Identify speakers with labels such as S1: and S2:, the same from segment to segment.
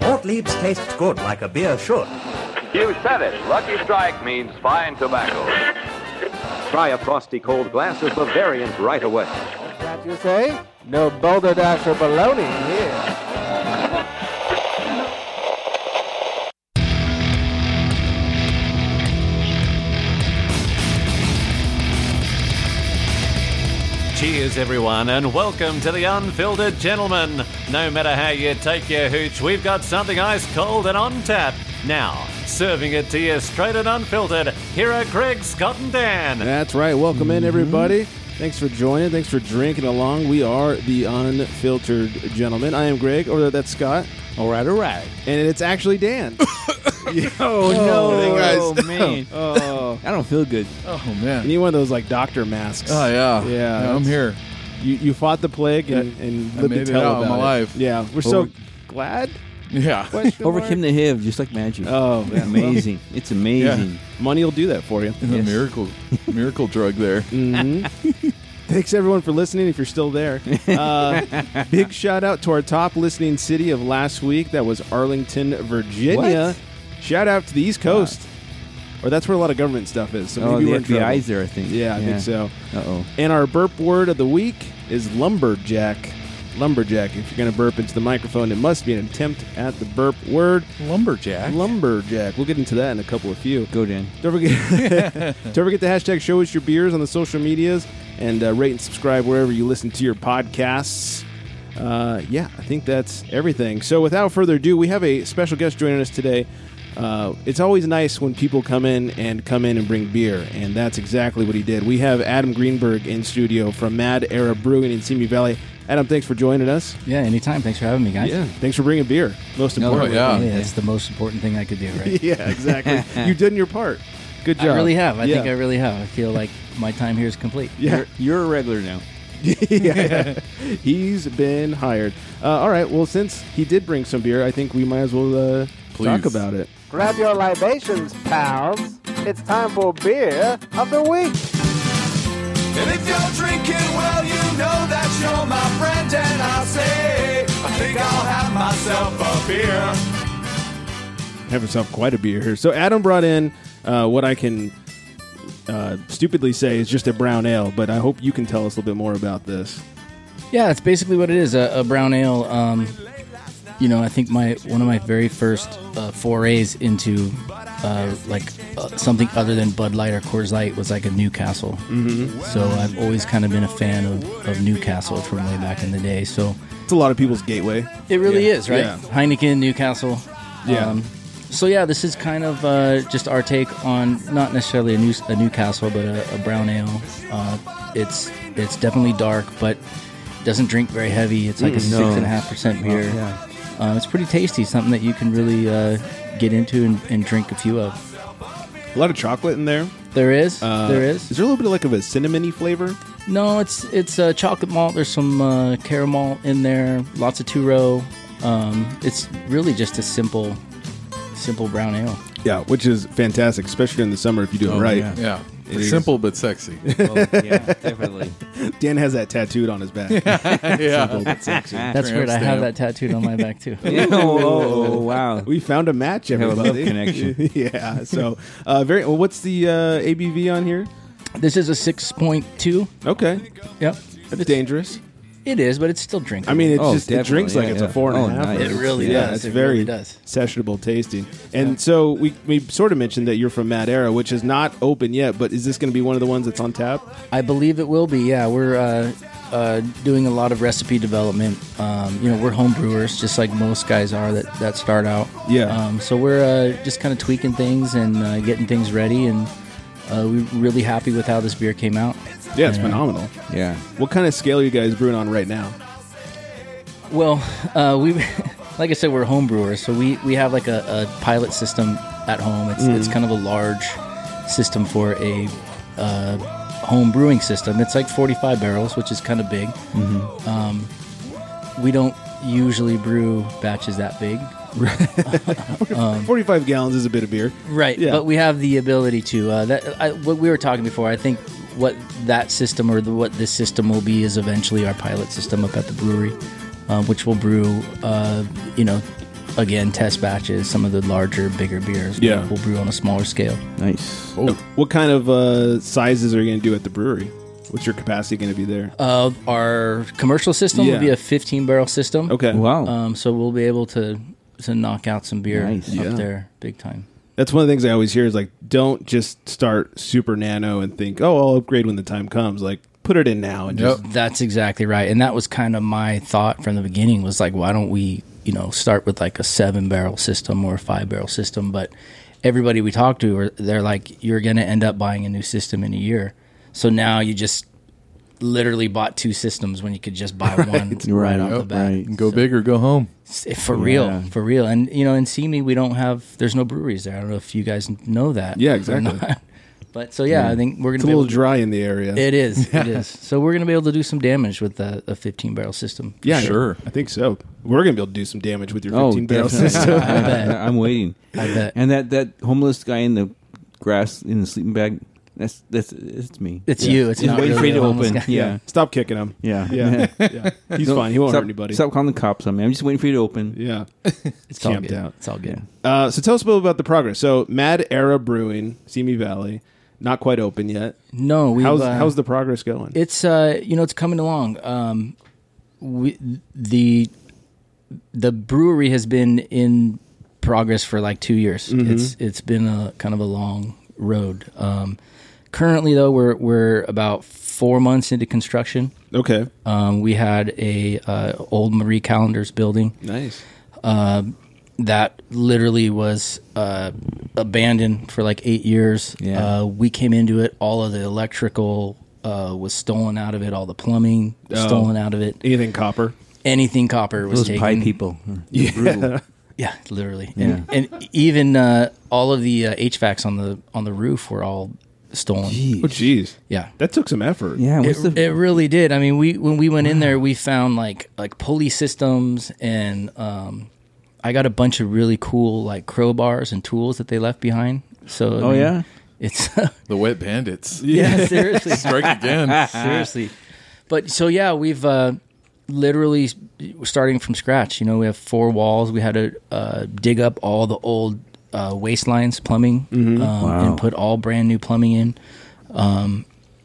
S1: Gottlieb's tastes good like a beer should.
S2: You said it. Lucky Strike means fine tobacco.
S3: Try a frosty cold glass of Bavarian right away.
S4: That you say? No boulder dash or baloney here.
S5: Cheers, everyone, and welcome to the Unfiltered Gentleman. No matter how you take your hooch, we've got something ice cold and on tap. Now, serving it to you straight and unfiltered, here are Craig, Scott, and Dan.
S6: That's right. Welcome
S7: Mm-hmm.
S6: in, everybody. Thanks for joining. Thanks for drinking along. We are the Unfiltered Gentlemen. I am Greg. Over there, that's Scott.
S7: All right, all right.
S6: And it's actually Dan.
S7: Oh,
S6: Hey, guys.
S7: Oh, man.
S6: oh.
S7: I don't feel good.
S8: Oh
S6: You
S8: man.
S6: need one of those, like, doctor masks.
S8: Oh yeah.
S6: Yeah,
S8: I'm
S6: that's-
S8: here.
S6: You, you fought the plague and, and lived
S8: I
S6: to
S8: made it
S6: tell
S8: out. I'm
S6: about
S8: alive.
S6: Yeah. We're so
S7: Over-
S6: glad.
S8: Yeah.
S6: Question
S7: Overcame
S6: mark?
S7: the HIV just like magic.
S6: Oh, yeah,
S7: amazing. it's amazing.
S6: well, money will do that for you.
S8: It's a miracle, miracle drug there.
S6: hmm Thanks everyone for listening. If you're still there, uh, big shout out to our top listening city of last week. That was Arlington, Virginia. Shout out to the East Coast, or that's where a lot of government stuff is. So
S7: Oh,
S6: maybe
S7: the
S6: we're in trouble.
S7: FBI's there, I think.
S6: Yeah, I think so.
S7: Uh oh.
S6: And our burp word of the week is lumberjack. Lumberjack. If you're going to burp into the microphone, it must be an attempt at the burp word.
S8: Lumberjack.
S6: Lumberjack. We'll get into that in a couple of few.
S7: Go, Dan.
S6: Don't forget, don't forget the hashtag show us your beers on the social medias and uh, rate and subscribe wherever you listen to your podcasts. Uh, yeah, I think that's everything. So without further ado, we have a special guest joining us today. Uh, it's always nice when people come in and come in and bring beer, and that's exactly what he did. We have Adam Greenberg in studio from Mad Era Brewing in Simi Valley. Adam, thanks for joining us.
S9: Yeah, anytime. Thanks for having me, guys.
S6: Thanks for bringing beer. Most
S9: No,
S6: importantly,
S8: yeah.
S9: that's the most important thing I could do, right?
S6: yeah, exactly. you did your part. Good
S9: I
S6: job.
S9: really have. I think I
S6: Yeah.
S9: really have. I feel like my time here is complete.
S6: Yeah.
S7: You're, you're a regular now.
S6: yeah. He's been hired. Uh, all right. Well, since he did bring some beer, I think we might as well uh, talk
S8: Please.
S6: about it.
S4: Grab your libations, pals. It's time for beer of the week.
S2: And if you're drinking, well, you know that you're my friend, and I say, I think I'll have myself a beer.
S6: Have yourself quite a beer here. So Adam brought in uh, what I can uh, stupidly say is just a brown ale, but I hope you can tell us a little bit more about this.
S9: Yeah, that's basically what it is a, a brown ale. Um, you know, I think my one of my very first uh, forays into uh, like uh, something other than Bud Light or Coors Light was like a Newcastle. Mm-hmm. So I've always kind of been a fan of, of Newcastle from way back in the day. So
S6: It's a lot of people's gateway.
S9: It really
S6: Yeah.
S9: is, right?
S6: Yeah.
S9: Heineken, Newcastle.
S6: Yeah.
S9: so yeah, this is kind of uh, just our take on not necessarily a, new, a Newcastle, but a, a brown ale. Uh, it's it's definitely dark, but doesn't drink very heavy. It's like a six and a half percent beer.
S7: yeah.
S9: Uh, it's pretty tasty. Something that you can really uh, get into and, and drink a few of.
S6: A lot of chocolate in there.
S9: There is,
S6: Uh,
S9: there is.
S6: Is there a little bit of like of a cinnamony flavor?
S9: No, it's it's uh, chocolate malt. There's some uh, caramel in there. Lots of two row. Um, it's really just a simple, simple brown ale.
S6: Yeah, which is fantastic, especially in the summer if you do it
S8: Oh,
S6: right.
S7: yeah.
S8: Yeah.
S6: It is.
S8: Simple but sexy.
S7: Oh, yeah, definitely.
S6: Dan has that tattooed on his back.
S8: yeah.
S9: That's
S8: Tramp
S9: weird. I have
S8: stamp.
S9: that tattooed on my back too.
S7: Yeah, oh, oh, oh, wow.
S6: We found a match,
S7: a
S6: everybody.
S7: love connection.
S6: yeah. So, uh, very. Well, what's the uh, ABV on here?
S9: this is a six point two.
S6: Okay,
S9: Yep,
S6: that's dangerous.
S9: it is, but it's still drinkable.
S6: I mean, it's
S7: Oh,
S6: just it drinks like
S7: definitely,
S6: it's
S7: yeah,
S6: a four and
S7: yeah.
S6: a half.
S7: Oh, nice.
S9: It really
S6: yeah,
S9: does.
S6: It's
S9: It
S6: very
S9: really does.
S6: sessionable tasting. And so we we sort of mentioned that you're from Mad Era, which is not open yet. But is this going to be one of the ones that's on tap?
S9: I believe it will be. Yeah, we're uh, uh, doing a lot of recipe development. Um, you know, we're home brewers, just like most guys are that that start out.
S6: Yeah.
S9: Um, so we're uh, just kind of tweaking things and uh, getting things ready, and uh, we're really happy with how this beer came out.
S6: Yeah, it's phenomenal.
S7: Yeah.
S6: What kind of scale are you guys brewing on right now?
S9: Well, uh, we, like I said, we're home brewers, so we, we have like a, a pilot system at home. It's it's kind of a large system for a uh, home brewing system. It's like 45 barrels, which is kind of big. Um, we don't usually brew batches that big,
S6: Forty-five gallons is a bit of beer.
S9: right?
S6: Yeah.
S9: But we have the ability to. Uh, that I, what we were talking before. I think what that system or the, what this system will be is eventually our pilot system up at the brewery, uh, which will brew, uh, you know, again test batches. Some of the larger, bigger beers, we'll-
S6: Yeah.
S9: we'll brew on a smaller scale.
S7: Nice.
S6: What kind of uh, sizes are you going to do at the brewery? What's your capacity going to be there?
S9: Uh, our commercial system
S6: Yeah.
S9: will be a 15 barrel system.
S6: okay.
S7: Wow.
S9: Um, so we'll be able to to knock out some beer
S7: Nice.
S9: up
S6: Yeah.
S9: there big time.
S6: That's one of the things I always hear is like, don't just start super nano and think, oh, I'll upgrade when the time comes. Like, put it in now and just.
S9: That's exactly right. And that was kind of my thought from the beginning was like, why don't we, you know, start with like a seven barrel system or a five barrel system? But everybody we talk to, are- they're like, you're going to end up buying a new system in a year. So now you just literally bought two systems when you could just buy one right, off the
S8: Yep.
S9: bat.
S7: right.
S8: Go
S9: So-
S8: big or go home.
S9: S- For real, for real. And, you know, in Simi, we don't have, there's no breweries there. I don't know if you guys know that.
S6: Yeah,
S9: or
S6: exactly.
S9: not. But so, yeah, I think we're going
S6: It's
S9: to
S6: a
S9: be
S6: little
S9: able to
S6: dry in the area.
S9: it is. It is. So we're going to be able to do some damage with a, a 15 barrel system.
S6: yeah,
S8: Sure.
S6: I think so. We're going to be able to do some damage with your
S7: Oh,
S6: 15 barrel
S7: definitely.
S6: system.
S7: I, I, I'm waiting.
S9: I bet.
S7: And that, that homeless guy in the grass in the sleeping bag, that's that's it's me.
S9: It's you. It's
S7: He's
S9: not
S7: waiting
S9: really
S7: for you
S9: a
S7: to
S9: homeless
S7: open.
S9: guy.
S7: Yeah.
S6: Stop kicking him.
S7: Yeah.
S6: Yeah. yeah. He's
S7: No,
S6: fine. He won't
S7: stop,
S6: hurt anybody.
S7: Stop calling the cops on me. I'm just waiting for you to open.
S6: Yeah.
S9: it's all
S6: camped
S9: good.
S6: out.
S9: It's all good.
S6: Uh, so tell us a little about the progress. So Mad Era Brewing, Simi Valley, not quite open yet.
S9: No, we.
S6: How's
S9: uh,
S6: how's the progress going?
S9: It's uh, you know, it's coming along. Um, we the the brewery has been in progress for like two years. It's it's been a kind of a long road. Um, currently though, we're we're about four months into construction.
S6: okay.
S7: Uh,
S9: Um, we had a uh, old Marie Callender's building
S6: Nice.
S9: Um, that literally was uh, abandoned for like eight years.
S7: Yeah.
S9: Uh, we came into it, all of the electrical uh, was stolen out of it, all the plumbing was
S6: Oh.
S9: stolen out of it,
S6: Anything copper?
S9: anything copper was
S7: Those
S9: taken.
S7: pie people. Yeah.
S9: Yeah, literally, and, and even uh, all of the uh, HVACs on the on the roof were all stolen.
S6: Oh jeez.
S9: Yeah,
S6: That took some effort.
S7: Yeah. What's
S9: it,
S7: the
S9: it really did. I mean, we when we went in there, we found like like pulley systems, and um, I got a bunch of really cool like crowbars and tools that they left behind. So I
S7: Oh,
S9: mean,
S7: yeah?
S9: it's
S8: The wet bandits.
S9: yeah seriously
S8: Strike again.
S9: seriously. But so yeah, we've uh, literally s- starting from scratch. You know, we have four walls. We had to uh, dig up all the old uh, waistlines plumbing um, and put all brand new plumbing in. Um,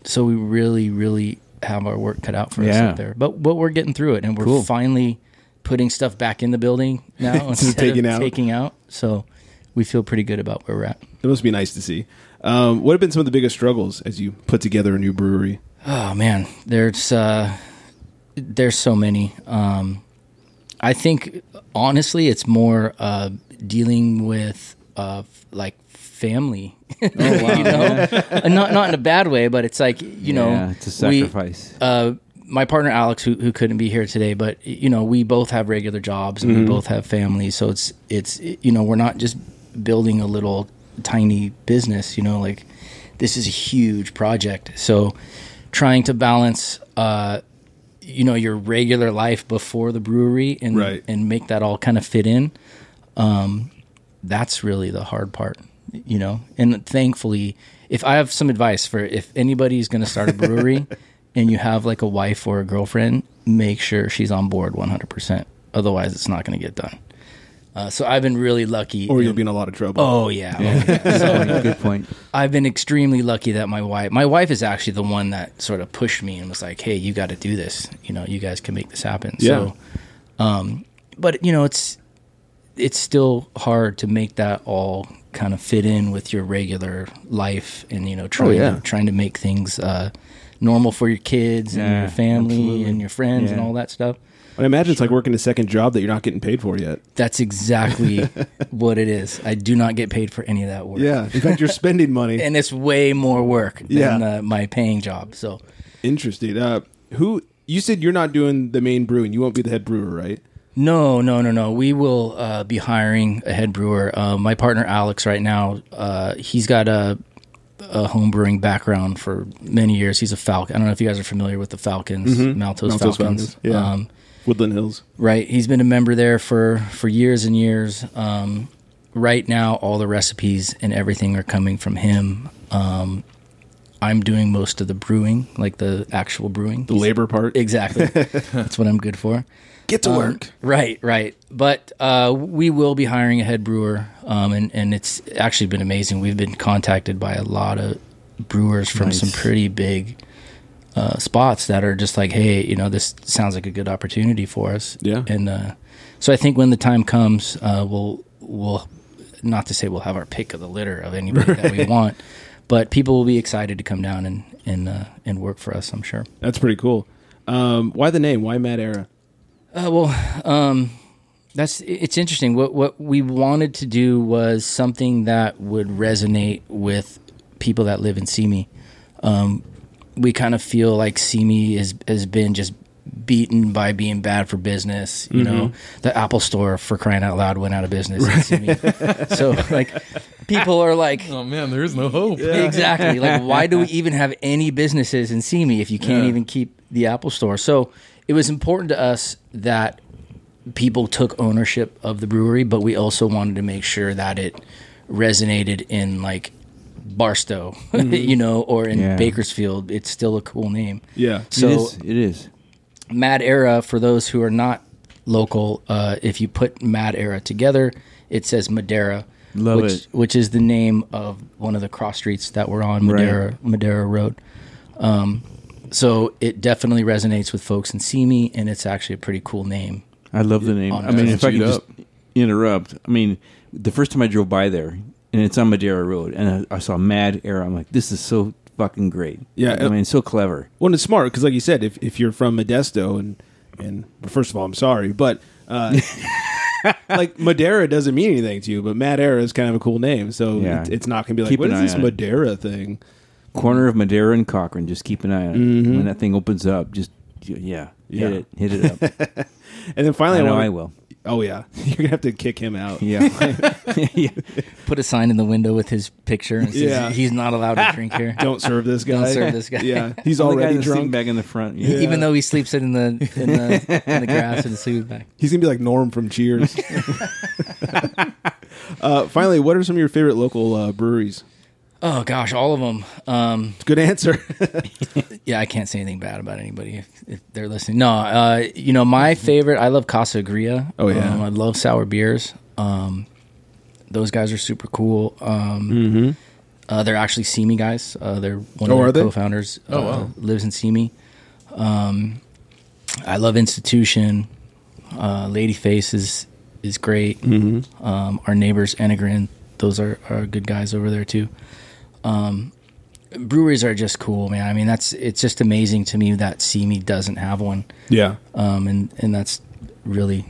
S9: so we really, really have our work cut out for us
S7: Yeah.
S9: up there. But but we're getting through it, and we're finally putting stuff back in the building now instead
S6: taking
S9: of
S6: out.
S9: taking out. So we feel pretty good about where we're at.
S6: It must be nice to see. Um, what have been some of the biggest struggles as you put together a new brewery?
S9: Oh man, there's uh, there's so many. Um, I think honestly, it's more uh, dealing with uh, f- like family.
S7: Oh,
S9: you know, And not not in a bad way, but it's like you know,
S7: Yeah, it's a
S9: we-
S7: sacrifice.
S9: uh, my partner Alex, who, who couldn't be here today, but you know, we both have regular jobs and we both have families, so it's it's you know, we're not just building a little tiny business. You know, like this is a huge project, so trying to balance, uh, you know, your regular life before the brewery and
S6: Right.
S9: and make that all kind of fit in. Um, that's really the hard part, you know. And thankfully, if I have some advice for if anybody's going to start a brewery and you have like a wife or a girlfriend, make sure she's on board 100%. Otherwise, it's not going to get done. Uh, so I've been really lucky.
S6: Or
S9: in-
S6: you'll be in a lot of trouble.
S9: oh, yeah. Oh, yeah.
S7: good point?
S9: I've been extremely lucky that my wife, my wife is actually the one that sort of pushed me and was like, "Hey, you got to do this. You know, you guys can make this happen." So,
S6: Yeah.
S9: um, but you know, it's it's still hard to make that all kind of fit in with your regular life and you
S7: Oh,
S9: know trying
S6: yeah.
S9: to, trying to make things uh, normal for your kids and
S7: Yeah,
S9: your family
S7: absolutely.
S9: and your friends and
S7: Yeah.
S9: all that stuff.
S6: I imagine it's like working a second job that you're not getting paid for yet.
S9: That's exactly what it is. I do not get paid for any of that work.
S6: In fact, you're spending money.
S9: And it's way more work than
S6: Yeah.
S9: uh, my paying job. So,
S6: Interesting. Uh, who you said you're not doing the main brewing. You won't be the head brewer, right?
S9: No, no, no, no. We will uh, be hiring a head brewer. Uh, my partner Alex, right now, uh, he's got a, a home brewing background for many years. He's a Falcon. I don't know if you guys are familiar with the Falcons, Maltos,
S6: Mm-hmm. Maltos
S9: Falcons.
S6: Falcons, yeah.
S9: Um,
S6: Woodland Hills.
S9: right. He's been a member there for for years and years. Um, right now, all the recipes and everything are coming from him. Um, I'm doing most of the brewing, like the actual brewing.
S6: The labor part.
S9: Exactly. That's what I'm good for. Um,
S6: Get to work.
S9: Right, right. But uh, we will be hiring a head brewer, um, and and it's actually been amazing. We've been contacted by a lot of brewers from some pretty big uh, spots that are just like, hey, you know, this sounds like a good opportunity for us.
S6: Yeah.
S9: And uh, so I think when the time comes, uh, we'll we'll not to say we'll have our pick of the litter of anybody that we want, but people will be excited to come down and and uh, and work for us. I'm sure.
S6: That's pretty cool. Um, why the name? Why Matt Era?
S9: Uh, well, um, that's it's interesting. What what we wanted to do was something that would resonate with people that live in Simi. Um, we kind of feel like Simi is has been just beaten by being bad for business. You know, the Apple Store for crying out loud went out of business. In Simi. so like, people are like.
S8: Oh man, there is no hope.
S9: Exactly. Like, why do we even have any businesses in Simi if you can't even keep the Apple Store? So it was important to us that people took ownership of the brewery, but we also wanted to make sure that it resonated in like Barstow, you know, or in
S7: Yeah.
S9: Bakersfield. It's still a cool name.
S6: Yeah.
S9: So
S7: it is. It is.
S9: Mad Era, for those who are not local, uh, if you put Mad Era together, it says Madeira,
S7: Love
S9: which,
S7: it.
S9: which is the name of one of the cross streets that we're on, Madeira, Madeira Road. Um, so it definitely resonates with folks in Simi, and it's actually a pretty cool name.
S7: I love the name. I mean,
S9: honest.
S7: if I could
S8: Chewed
S7: just interrupt, I mean, the first time I drove by there, and it's on Madeira Road, and I, I saw Mad Era, I'm like, this is so fucking great.
S6: Yeah,
S7: I
S6: it-
S7: mean, so clever.
S6: Well, and it's smart because, like you said, if, if you're from Modesto and and well, first of all, I'm sorry, but uh, like Madeira doesn't mean anything to you, but Madeira is kind of a cool name, so
S7: Yeah.
S6: it- it's not going to be like
S7: Keep
S6: what
S7: an
S6: is
S7: eye
S6: this
S7: on it."
S6: Madeira thing?
S7: Corner of Madeira and Cochrane. Just keep an eye on it. When that thing opens up, just yeah,
S6: Yeah.
S7: hit it, hit it up.
S6: And then finally,
S7: I know
S6: wanna-
S7: I will.
S6: Oh yeah, you're gonna have to kick him out.
S7: Yeah, yeah.
S9: Put a sign in the window with his picture and says,
S6: Yeah.
S9: he's not allowed to drink here.
S6: Don't serve this guy.
S9: serve this guy.
S6: Yeah, he's
S7: The guy
S6: already
S7: that's sitting
S6: drunk.
S7: back in the front. Yeah.
S9: Even though he sleeps it in the in the, in the grass and sleeps back.
S6: He's gonna be like Norm from Cheers. uh, finally, what are some of your favorite local uh, breweries?
S9: Oh gosh, all of them. Um,
S6: It's a good answer.
S9: yeah, I can't say anything bad about anybody if, if they're listening. No, uh, you know my favorite. I love Casa Agria.
S6: Mm-hmm. Oh, yeah.
S9: um, I love sour beers. Um, those guys are super cool. Um, uh, they're actually Simi guys. Uh, they're one
S6: Oh, are
S9: of
S6: they?
S9: their co-founders.
S8: Oh,
S9: uh,
S8: wow.
S9: lives in Simi. Um, I love Institution. Uh, Lady Face is is great. Um, our neighbors Enegrin. Those are, are good guys over there too Um, breweries are just cool, man. I mean, that's it's just amazing to me that Simi doesn't have one,
S6: yeah,
S9: um, and and that's really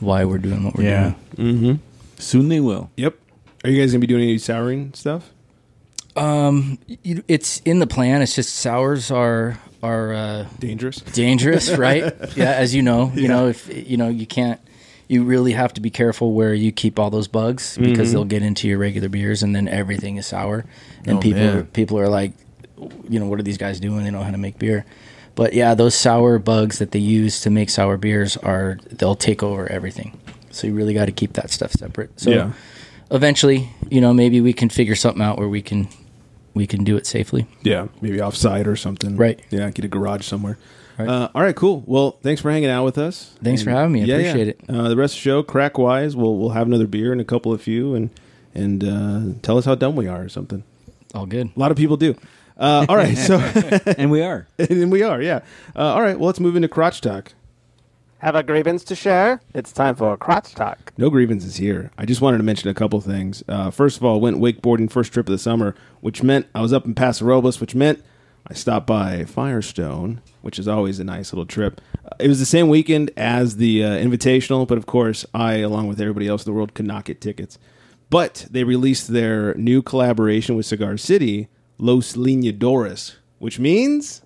S9: why we're doing what we're
S7: yeah.
S9: doing.
S7: Mm-hmm. Soon they will.
S6: Yep. Are you guys gonna be doing any souring stuff?
S9: You- It's in the plan. It's just sours are are uh,
S6: Dangerous.
S9: dangerous, right? yeah, as you know, you know if you know you can't. You really have to be careful where you keep all those bugs because they'll get into your regular beers, and then everything is sour. And
S8: Oh,
S9: people
S8: man.
S9: are, people are like, you know, what are these guys doing? They know how to make beer. But yeah, those sour bugs that they use to make sour beers are they'll take over everything. So you really got to keep that stuff separate. So
S6: Yeah.
S9: eventually, you know, maybe we can figure something out where we can we can do it safely.
S6: Yeah, maybe offsite or something.
S9: Right.
S6: Yeah, get a garage somewhere.
S9: Right.
S6: Uh, all right, cool. Well, thanks for hanging out with us.
S9: Thanks for having me. I appreciate it.
S6: Uh, the rest of the show, crack wise, we'll we'll have another beer and a couple of few, and and uh, tell us how dumb we are or something.
S9: All good.
S6: A lot of people do. Uh, all right, so
S7: And we are.
S6: and we are, yeah. Uh, all right, well, let's move into crotch talk.
S4: Have a grievance to share? It's time for a crotch talk.
S6: No grievances here. I just wanted to mention a couple things. Uh, first of all, went wakeboarding first trip of the summer, which meant I was up in Paso Robles, which meant I stopped by Firestone, which is always a nice little trip. Uh, it was the same weekend as the uh, Invitational, but of course, I, along with everybody else in the world, could not get tickets. But they released their new collaboration with Cigar City, Los Leñadores, which means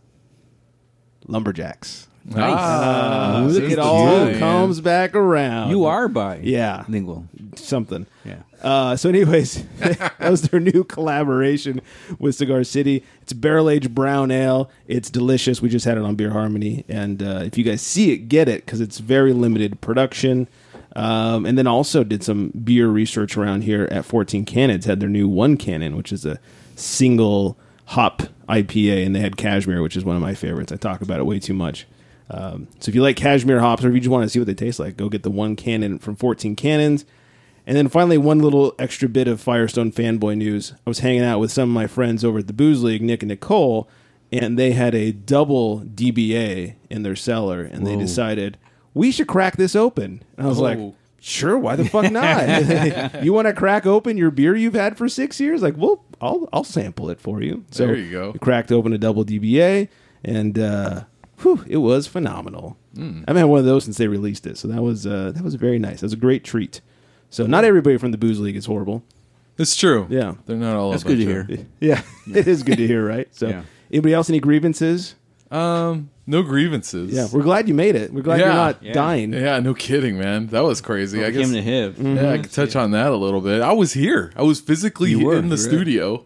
S6: lumberjacks.
S7: Nice.
S8: Ah,
S6: Look,
S8: there's
S6: it
S8: the
S6: all
S8: joy, man.
S6: comes back around.
S7: you are by.
S6: Yeah
S7: Lingual.
S6: something.
S7: Yeah.
S6: Uh, so, anyways, that was their new collaboration with Cigar City. It's barrel aged brown ale. It's delicious. We just had it on Beer Harmony, and uh, if you guys see it, get it because it's very limited production. Um, and then also did some beer research around here at 14 Cannons. Had their new One Cannon, which is a single hop IPA, and they had cashmere, which is one of my favorites. I talk about it way too much. Um, so if you like cashmere hops, or if you just want to see what they taste like, go get the one cannon from 14 Cannons. And then finally, one little extra bit of Firestone fanboy news. I was hanging out with some of my friends over at the Booze League, Nick and Nicole, and they had a double DBA in their cellar, and they decided we should crack this open. And I was like, sure, why the fuck not? you want to crack open your beer you've had for six years? Like, well, I'll I'll sample it for you. So
S8: There you go.
S6: we cracked open a double DBA, and uh, whew, it was phenomenal.
S8: Hmm.
S6: I haven't had one of those since they released it, so that was uh, that was very nice. That was a great treat. So not everybody from the booze league is horrible.
S8: It's true.
S6: Yeah.
S8: They're not all
S7: That's
S8: a bunch
S7: good to
S8: of-
S7: hear.
S6: Yeah, it is good to hear, right? So
S7: Yeah.
S6: anybody else any grievances?
S8: Um, no grievances.
S6: Yeah, we're glad you made it. We're glad you're
S8: Yeah.
S6: not
S7: Yeah.
S6: dying.
S8: Yeah, no kidding, man. That was crazy. I guess
S7: Came to Hiv.
S8: Yeah, I could touch on that a little bit. I was here. I was physically
S7: Mm-hmm. You were,
S8: in the
S7: you were.
S8: studio.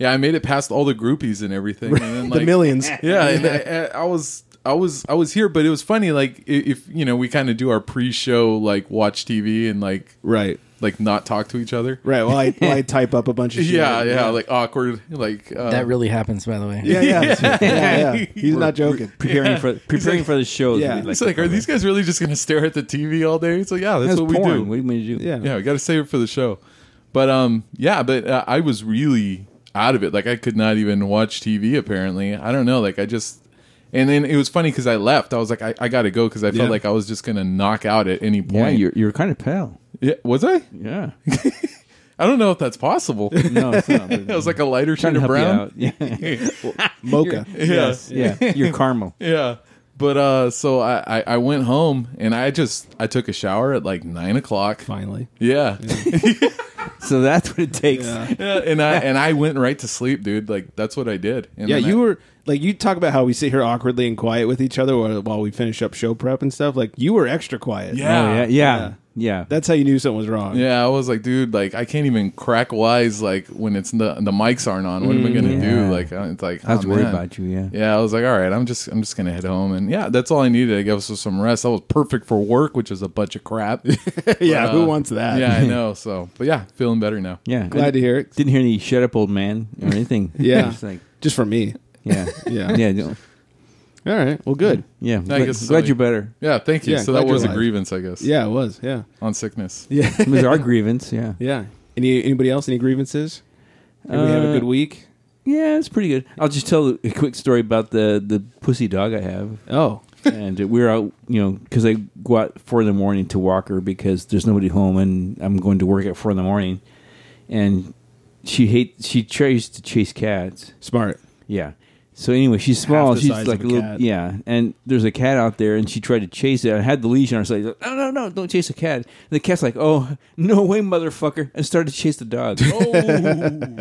S8: Yeah, I made it past all the groupies and everything. And then,
S6: the
S8: like,
S6: millions.
S8: Yeah, and I, I- I was. I was I was here, but it was funny. Like i- if you know, we kind of do our pre-show, like watch TV and like
S6: Right.
S8: like not talk to each other.
S6: Right. Well, I, well, I type up a bunch of shit.
S8: Yeah, yeah, like awkward. Like uh,
S9: That really happens, by the way.
S6: Yeah, yeah, yeah, yeah. He's not joking.
S7: Preparing for preparing for the show.
S6: Yeah.
S7: We'd
S8: it's
S7: to
S8: like, are
S7: cover.
S8: these guys really just gonna stare at the TV all day? It's like, yeah, that's,
S7: That's
S8: what
S7: porn.
S8: we do.
S7: What do you mean to do?
S6: Yeah.
S8: yeah, we got to save it for the show. But um, yeah, but uh, I was really out of it. Like I could not even watch TV. Apparently, I don't know. Like I just, and then it was funny because I left. I was like, I, I got to go because I felt
S6: Yeah.
S8: like I was just gonna knock out at any
S7: Yeah,
S8: point.
S7: you're you're kind of pale.
S8: Yeah, was I?
S7: Yeah.
S8: I don't know if that's possible. I
S7: No, it's not. Trying
S8: was like a lighter shade
S7: to
S8: of
S7: help you
S8: brown.
S7: out. Yeah.
S6: Mocha.
S8: Yes.
S7: Yeah. You're caramel.
S8: Yeah. But uh, so I, I, I went home and I just I took a shower at like nine o'clock.
S6: Finally.
S8: Yeah.
S7: So that's what it takes. Oh,
S8: yeah, and I and I went right to sleep, dude. Like that's what I did. And
S6: Yeah,
S8: then
S6: you
S8: I-
S6: were like you talk about how we sit here awkwardly and quiet with each other while, while we finish up show prep and stuff. Like you were extra quiet.
S8: Yeah.
S7: Oh, yeah. Yeah. Yeah.
S6: that's how you knew something was wrong.
S8: Yeah, I was like, dude, like I can't even crack wise like when it's the the mics aren't on. What am I gonna
S6: Mm,
S7: Yeah.
S8: do? Like I- it's like
S7: I was
S8: oh,
S7: worried
S8: man.
S7: about you. Yeah.
S8: Yeah, I was like, all right, I'm just I'm just gonna head home, and yeah, that's all I needed. I guess was some rest. I was perfect for work, which is a bunch of crap.
S6: yeah.
S8: But,
S6: who
S8: uh,
S6: wants that?
S8: yeah, I know. So, but yeah, feeling better now.
S7: Yeah.
S6: glad to hear it.
S7: Didn't hear any shut up, old man, or anything.
S6: Yeah.
S7: It's like,
S6: Just for me.
S7: yeah.
S6: Yeah.
S7: Yeah. no-
S6: All right. Well, good.
S7: Yeah. Glad,
S8: guess so.
S7: glad you're better.
S8: Yeah, thank you.
S6: Yeah,
S8: so
S6: glad
S8: that
S6: you're
S8: was a
S6: alive.
S8: grievance, I guess.
S6: Yeah, it was. Yeah.
S8: on sickness.
S6: Yeah.
S7: It was our grievance. Yeah.
S6: yeah. Any anybody else? Any grievances? Did we have a
S7: Uh,
S6: good week?
S7: Yeah, it's pretty good. I'll just tell a quick story about the the pussy dog I have.
S6: Oh.
S7: and we were out, you know, because I go out four in the morning to walk her because there's nobody home, and I'm going to work at four in the morning. And she hates. She tries to chase cats.
S6: Smart.
S7: Yeah. So anyway, she's small.
S6: the
S7: She's
S6: size
S7: like
S6: of
S7: a
S6: a
S7: little.
S6: cat.
S7: Yeah. And there's a cat out there, and she tried to chase it. I had the leash on her, so I was like, "No, no, no! Don't chase the cat." And the cat's like, "Oh, no way, motherfucker!" and started to chase the dog.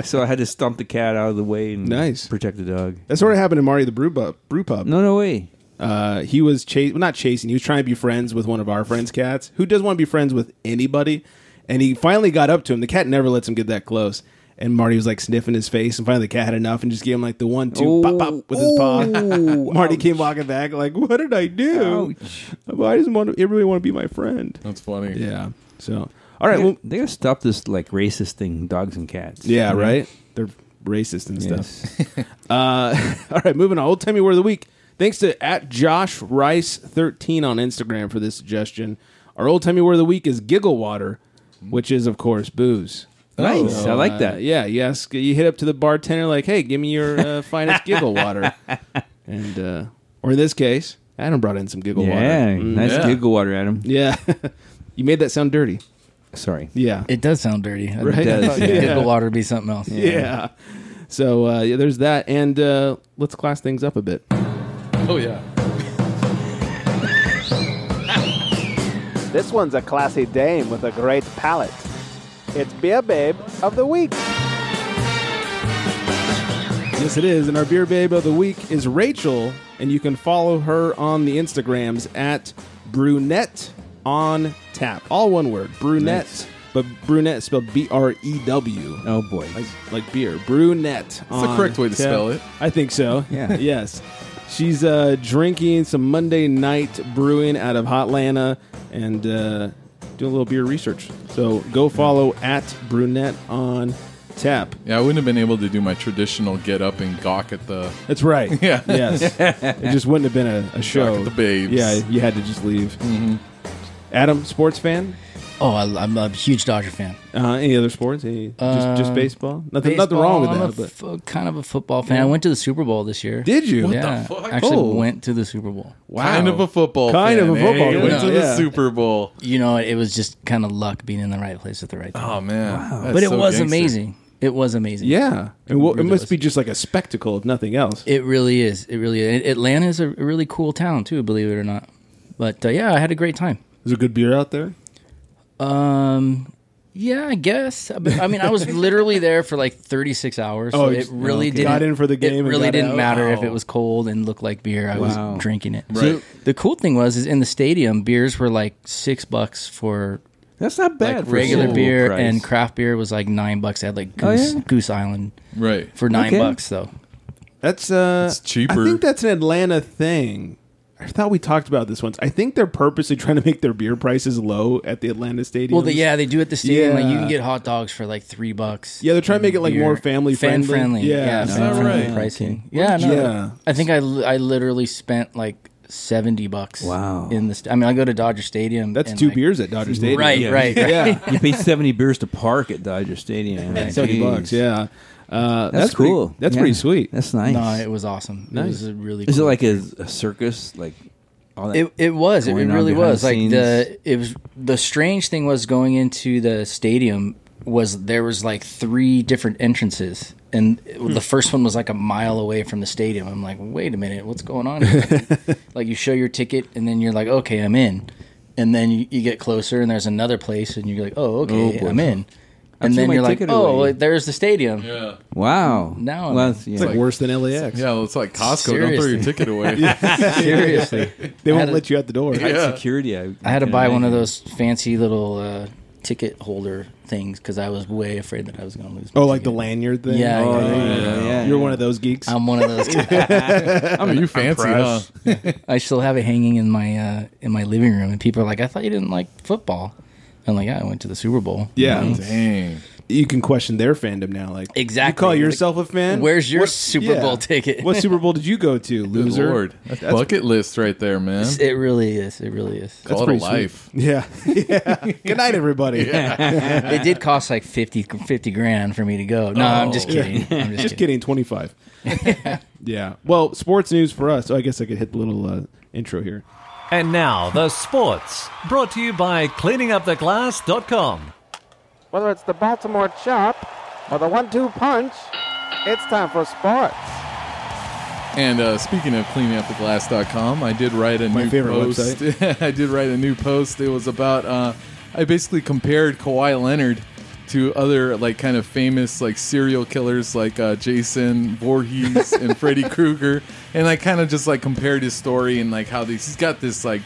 S7: so I had to stomp the cat out of the way and
S6: Nice.
S7: protect the dog.
S6: That's what happened to Marty the Brew Pub. Brew Pub.
S7: No, no way.
S6: Uh, he was chasing, well, not chasing. He was trying to be friends with one of our friends' cats, who doesn't want to be friends with anybody. And he finally got up to him. The cat never lets him get that close. And Marty was like sniffing his face, and finally the cat had enough and just gave him like the one two
S7: Oh.
S6: pop pop with his paw.
S7: Oh.
S6: Marty came walking back like, "What did I do?
S7: Ouch.
S6: Why doesn't want to, everybody want to be my friend?"
S8: That's funny.
S6: Yeah. So, all right.
S7: They-
S6: Well,
S7: they gotta stop this like racist thing, dogs and cats.
S6: yeah, right. They're racist and stuff.
S7: Yes.
S6: Uh, all right, moving on. Old timey word of the week. Thanks to at Josh Rice thirteen on Instagram for this suggestion. Our old timey word of the week is giggle water, which is of course booze.
S7: nice. I like
S6: Uh,
S7: that.
S6: yeah, you ask, you hit up to the bartender like, "Hey, give me your uh, finest giggle water," and uh, or in this case, Adam brought in some giggle
S7: Yeah,
S6: water. Mm, Mm-hmm.
S7: nice
S8: yeah.
S7: giggle water, Adam.
S6: Yeah, you made that sound dirty.
S7: Sorry.
S6: Yeah,
S9: It does sound dirty. I
S6: Right?
S9: thought
S7: Yeah.
S9: giggle water would be something else.
S6: yeah. So uh, yeah, there's that, and uh, let's class things up a bit.
S8: Oh yeah.
S4: This one's a classy dame with a great palate. It's Beer Babe of the Week.
S6: Yes, it is. And our beer babe of the week is Rachel, and you can follow her on the Instagrams at brunette on tap. All one word, brunette, but brunette spelled B R E W.
S7: Oh boy.
S6: Like, like beer, brunette. That's
S8: the correct way to spell it.
S6: I think so.
S7: Yeah.
S6: yes. She's uh, drinking some Monday night brewing out of Hotlanta and uh, doing a little beer research. So go follow at brunette on tap.
S8: Yeah, I wouldn't have been able to do my traditional get up and gawk at the
S6: That's right.
S8: Yeah.
S6: Yes. it just wouldn't have been a, a show.
S8: at the babes. Mm-hmm.
S6: Yeah, you had to just leave. Adam, sports fan?
S9: Oh, I, I'm a huge Dodger fan.
S6: Uh, any other sports? Any, just, just
S9: Um,
S6: baseball? Nothing, nothing wrong with
S9: Baseball,
S6: that.
S9: I'm a
S6: But
S9: f- kind of a football fan. I went to the Super Bowl this year.
S6: did you?
S9: yeah,
S8: fuck?
S9: actually
S6: Oh.
S9: went to the Super Bowl.
S6: Wow.
S8: kind of a football
S6: Kind of
S8: fan,
S6: a football
S8: eh?
S6: fan,
S8: Went to
S6: yeah.
S8: the Super Bowl.
S9: You know, it was just kind of luck being in the right place at the
S6: Ah,
S9: right time.
S8: Oh man, That's
S9: but it
S8: so
S9: was
S8: gangster.
S9: amazing. It was amazing.
S6: yeah, and well, it
S9: Really
S6: must
S9: was.
S6: be just like a spectacle, if nothing else.
S9: It really is. It really is. Atlanta is a really cool town too, believe it or not. But uh, yeah, I had a great time.
S6: Is there good beer out there?
S9: Um, yeah, I guess. But, I mean, I was literally there for like 36 hours. So
S6: Oh, you
S9: it
S6: just-
S9: really didn't.
S6: Got in for the game
S9: It
S6: and
S9: really
S6: got
S9: didn't
S6: out.
S9: matter if it was cold and looked like beer. I
S7: Wow.
S9: was drinking it.
S8: Right.
S9: The cool thing was, is in the stadium, beers were like six bucks for
S7: That's not bad.
S9: like
S7: for a
S9: regular
S7: Super Bowl
S9: beer,
S7: price.
S9: and craft beer was like nine bucks. I had like
S7: Oh,
S9: Goose,
S7: yeah?
S9: Goose Island
S8: right?
S9: for nine
S7: Okay.
S9: bucks though.
S6: That's uh,
S8: It's cheaper.
S6: I think that's an Atlanta thing. I thought we talked about this once. I think they're purposely trying to make their beer prices low at the Atlanta stadium.
S9: Well, the, yeah, they do at the stadium. Like you
S6: Yeah.
S9: can get hot dogs for like three bucks.
S6: Yeah, they're trying to make it, like,
S9: Beer.
S6: more family
S9: fan
S6: friendly.
S9: friendly.
S6: Yeah.
S9: Yeah,
S6: Is
S8: that
S9: fan-friendly
S8: right?
S9: pricing. Yeah, no,
S6: Yeah.
S9: I think I, li- I literally spent like seventy bucks.
S7: Wow.
S9: In the st- I mean, I go to Dodger Stadium.
S6: that's
S9: and,
S6: two
S9: like-
S6: beers at Dodger Stadium.
S9: Right,
S7: Yeah.
S9: right, right.
S6: Yeah,
S7: you pay seventy beers to park at Dodger Stadium. Right?
S6: seventy
S7: Jeez.
S6: bucks. Yeah, uh,
S7: that's,
S6: pretty-
S7: cool.
S6: that's
S7: Yeah.
S6: pretty sweet.
S7: That's nice.
S9: No, it was awesome. It was a really.
S7: Is it
S9: cool-
S7: like a, a circus? Like all that?
S9: It, it was it,
S7: going on
S9: really
S7: behind
S9: was
S7: the
S9: like
S7: scenes?
S9: the it was the strange thing was going into the stadium was there was like three different entrances and it-
S7: Hmm.
S9: the first one was like a mile away from the stadium I'm like wait a minute what's going on here? like you show your ticket and then you're like okay I'm in and then you, you get closer and there's another place and you're like oh okay
S7: boy.
S9: I'm in and
S7: threw
S9: then
S7: my
S9: you're like
S7: ticket
S9: oh
S7: away.
S9: well, there's the stadium
S8: Yeah,
S7: wow.
S9: Now I'm
S7: Well,
S9: in.
S7: that's- yeah.
S6: It's like, worse than LAX.
S8: yeah. Well, it's like Costco. Don't throw
S9: Seriously.
S8: your ticket away.
S9: seriously
S6: They
S9: I had
S6: won't
S9: a-
S6: let you out the door.
S8: Yeah.
S7: security. I,
S9: I had to
S7: can
S9: buy one
S7: imagine.
S9: of those fancy little uh, ticket holder things because I was way afraid that I was going to lose. my
S6: Oh, like the
S9: ticket.
S6: lanyard thing.
S9: Yeah,
S6: Oh,
S9: yeah,
S6: there you
S7: yeah,
S6: go.
S7: yeah,
S6: You're
S7: yeah.
S6: one of those geeks.
S9: I'm one of those.
S8: Oh, you fancy, huh?
S2: Impressed.
S9: I still have it hanging in my uh, in my living room, and people are like, "I thought you didn't like football." I'm like, "Yeah, I went to the Super Bowl."
S6: yeah,
S8: Dang.
S6: you can question their fandom now. Like
S9: Exactly.
S6: you call yourself a fan.
S9: Where's your Super Bowl ticket?
S6: what Super Bowl did you go to,
S8: Good
S6: loser?
S8: Lord. That's, bucket list right there, man.
S9: It really is. It really is.
S8: Call it a
S6: pretty sweet.
S8: life.
S6: Yeah. yeah. Good night, everybody.
S9: it did cost like 50, 50 grand for me to go. No, I'm just kidding. I'm just,
S6: Oh. Just kidding.
S9: kidding.
S6: Twenty five. yeah. Well, sports news for us. Oh, I guess I could hit the little uh, intro here.
S5: And now, the sports, brought to you by cleaninguptheglass.com.
S4: Whether it's the Baltimore chop or the one-two punch, it's time for sports.
S8: And uh, speaking of cleaninguptheglass.com, I did write a
S6: My
S8: new
S6: favorite
S8: post. I did write a new post. It was about uh, I basically compared Kawhi Leonard to other like kind of famous like serial killers like uh, Jason Voorhees and Freddy Krueger, and I kind of just like compared his story and like how these, he's got this like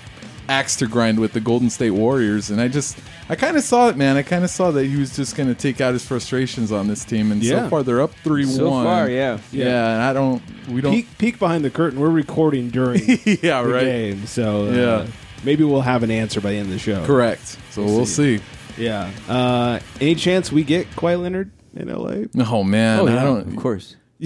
S8: axe to grind with the Golden State Warriors, and I just I kind of saw it, man. I kind of saw that he was just going to take out his frustrations on this team, and
S6: Yeah.
S8: so far they're up three one.
S7: So far, yeah.
S8: Yeah, and I don't. We don't.
S6: Peek, peek behind the curtain. We're recording during the
S8: yeah, right.
S6: game, so uh,
S8: Yeah.
S6: maybe we'll have an answer by the end of the show.
S8: Correct. So we'll, see.
S6: Yeah. Uh, any chance we get Kawhi Leonard in L.A.?
S8: Oh man,
S7: Oh, yeah,
S8: I don't.
S7: of course.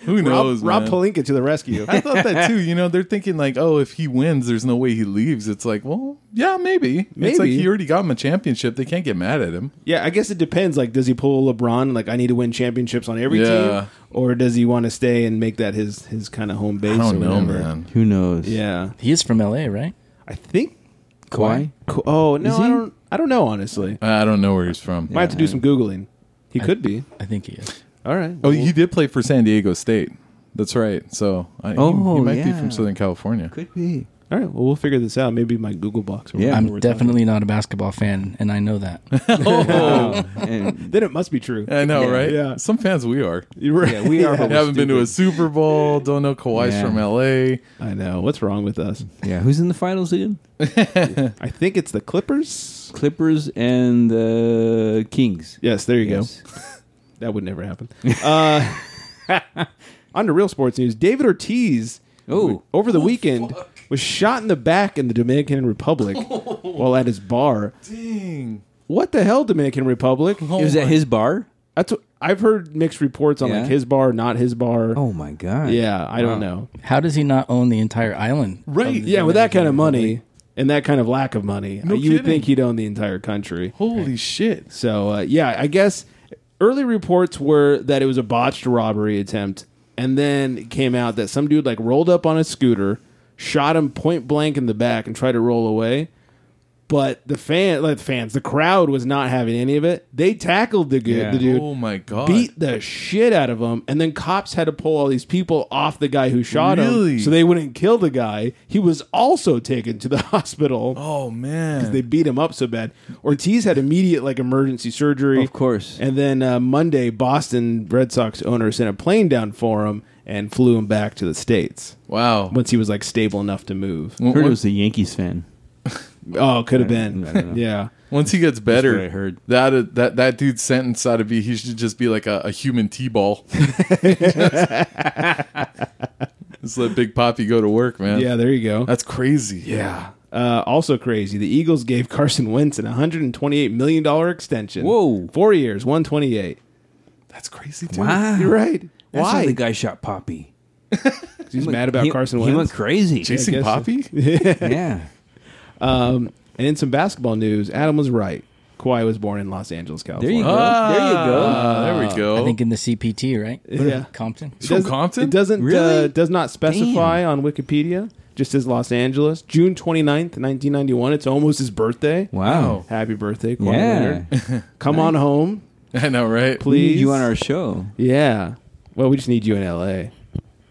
S8: Who
S6: Rob,
S8: knows?
S6: Rob
S8: man?
S6: Palinka to the rescue.
S8: I thought that too. You know, they're thinking like, oh, if he wins, there's no way he leaves. It's like, well, yeah, maybe. It's like
S6: Maybe.
S8: he already got him a championship. They can't get mad at him.
S6: yeah, I guess it depends. Like, does he pull LeBron? Like, I need to win championships on every
S8: Yeah.
S6: team, or does he want to stay and make that his his kind of home base?
S8: I don't
S6: or
S8: know,
S6: whatever?
S8: man.
S7: Who knows?
S6: Yeah,
S9: He is from LA, right?
S6: I think.
S7: Kawhi.
S6: Ka- Oh no,
S7: Is he?
S6: I don't. I don't know. Honestly,
S8: I don't know where he's from.
S6: might have to do some googling. He could be.
S9: I think he is.
S6: All right.
S8: Oh, he did play for San Diego State. That's right. So I, oh, he,
S7: Oh,
S8: might be
S7: yeah.
S8: from Southern California.
S7: Could be.
S6: All right. Well, we'll figure this out. Maybe my Google box. Or
S7: Yeah.
S6: whatever
S9: I'm
S6: we're talking
S9: definitely not a basketball fan, and I know that.
S6: about.
S7: And
S6: Then it must be true.
S8: I know, right?
S6: Yeah.
S8: Some fans we are.
S6: You're right.
S7: yeah, we are. but we're
S8: Haven't been to a
S7: stupid.
S8: Super Bowl. Don't know Kawhi's
S7: Yeah.
S8: from L.A.
S6: I know. What's wrong with us?
S7: Yeah, who's in the finals again?
S6: I think it's the Clippers.
S7: Clippers and uh, Kings.
S6: Yes. There you go.
S7: Yes.
S6: That would never happen. Uh, on to real sports news. David Ortiz,
S7: Oh.
S6: over the weekend, was shot in the back in the Dominican Republic while at his bar.
S8: Dang.
S6: What the hell, Dominican Republic?
S7: it was at his bar.
S6: That's what, I've heard mixed reports on
S7: Yeah?
S6: like his bar, not his bar.
S7: Oh my god.
S6: yeah, I don't know. Um,
S9: How does he not own the entire island?
S8: Right.
S6: Yeah, with that kind of money and that kind of lack of money, you would
S8: kidding.
S6: think he'd own the entire country.
S8: Holy shit.
S6: So uh, yeah, I guess early reports were that it was a botched robbery attempt, and then it came out that some dude like rolled up on a scooter, shot him point blank in the back, and tried to roll away. But the fan, like the fans, the crowd was not having any of it. They tackled the, good,
S7: Yeah.
S6: the dude,
S8: Oh my god.
S6: beat the shit out of him, and then cops had to pull all these people off the guy who shot him,
S8: Really?
S6: so they wouldn't kill the guy. He was also taken to the hospital.
S8: oh man.
S6: They beat him up so bad. Ortiz had immediate like emergency surgery,
S7: Of course.
S6: And then uh, Monday, Boston Red Sox owner sent a plane down for him and flew him back to the states
S8: wow.
S6: once he was like stable enough to move.
S7: I heard it was a Yankees fan.
S6: Oh, could have
S7: I don't
S6: been,
S7: know.
S6: yeah.
S8: Once he gets better,
S7: what I heard.
S8: that uh, that that dude's sentence ought to be he should just be like a, a human T-ball. just let Big Poppy go to work, man.
S6: Yeah, there you go.
S8: that's crazy.
S6: yeah. Uh, also crazy. The Eagles gave Carson Wentz an 128 million dollar extension.
S7: Whoa.
S6: four years, 128.
S8: that's crazy. Dude.
S7: Wow.
S6: You're right.
S7: Ah. That's
S6: Why?
S7: how the guy shot Poppy.
S6: He's mad about
S7: He-
S6: Carson
S7: He
S6: Wentz.
S7: went crazy.
S8: Chasing
S6: guess so.
S8: Poppy?
S7: yeah.
S6: and in some basketball news, Adam was right. Kawhi was born in Los Angeles,
S7: There
S6: California.
S7: you go. there you go.
S8: Ah, there we go.
S9: I think in the CPT, right?
S6: Oh. Yeah.
S9: Compton.
S8: He's from
S6: Does-
S8: Compton?
S6: It doesn't uh,
S7: Really?
S6: does not specify on Wikipedia. Just as Los Angeles, June 29th, 1991. It's almost his birthday.
S7: Wow.
S6: Happy birthday, Kawhi
S7: Yeah.
S6: Leonard. Come on home,
S8: I know,
S7: We
S8: right?
S7: need
S6: please.
S7: you on our show.
S6: Yeah. Well, we just need you in LA.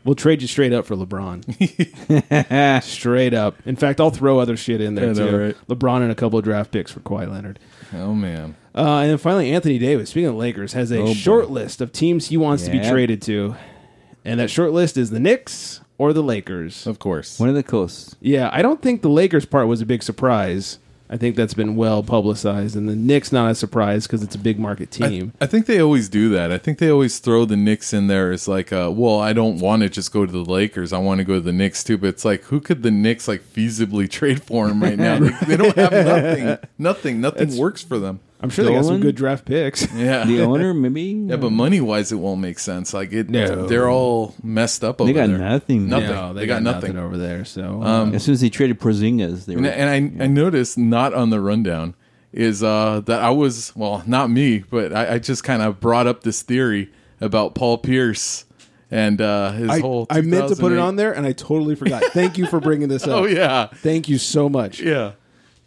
S6: We'll trade you straight up for LeBron. straight up. In fact, I'll throw other shit in there
S8: I know,
S6: too.
S8: right?
S6: LeBron and a couple of draft picks for Kawhi Leonard.
S8: Oh man.
S6: Uh, and then finally, Anthony Davis, speaking of Lakers, has a
S7: Oh, boy.
S6: short list of teams he wants to be
S7: Yeah.
S6: traded to. And that short list is the Knicks or the Lakers.
S8: Of course.
S7: One of the coasts.
S6: Yeah, I don't think the Lakers part was a big surprise. I think that's been well publicized. And the Knicks, not a surprise because it's a big market
S8: I-
S6: team.
S8: I, think they always do that. I think they always throw the Knicks in there as like, uh, well, I don't want to just go to the Lakers. I want to go to the Knicks too. But it's like, who could the Knicks like feasibly trade for him right now? Like, they don't have nothing. Nothing. Nothing works for them.
S6: I'm sure they got some
S7: Dolan?
S6: good draft picks.
S8: Yeah.
S7: The owner, maybe.
S8: Yeah, but money wise, it won't make sense. Like it,
S6: No.
S8: they're all messed up over
S7: got
S8: there.
S7: nothing.
S8: Nothing.
S6: No,
S8: they, got, nothing. Um,
S6: over there. So uh,
S7: as soon as they traded Porzingis, they were.
S8: And, and I, I noticed not on the rundown is uh, that I was well, not me, but I, I just kind of brought up this theory about Paul Pierce and uh, his
S6: I,
S8: whole.
S6: I meant to put it
S8: 2008
S6: on there and I totally forgot. Thank you for bringing this up.
S8: Oh yeah,
S6: Thank you so much.
S8: yeah.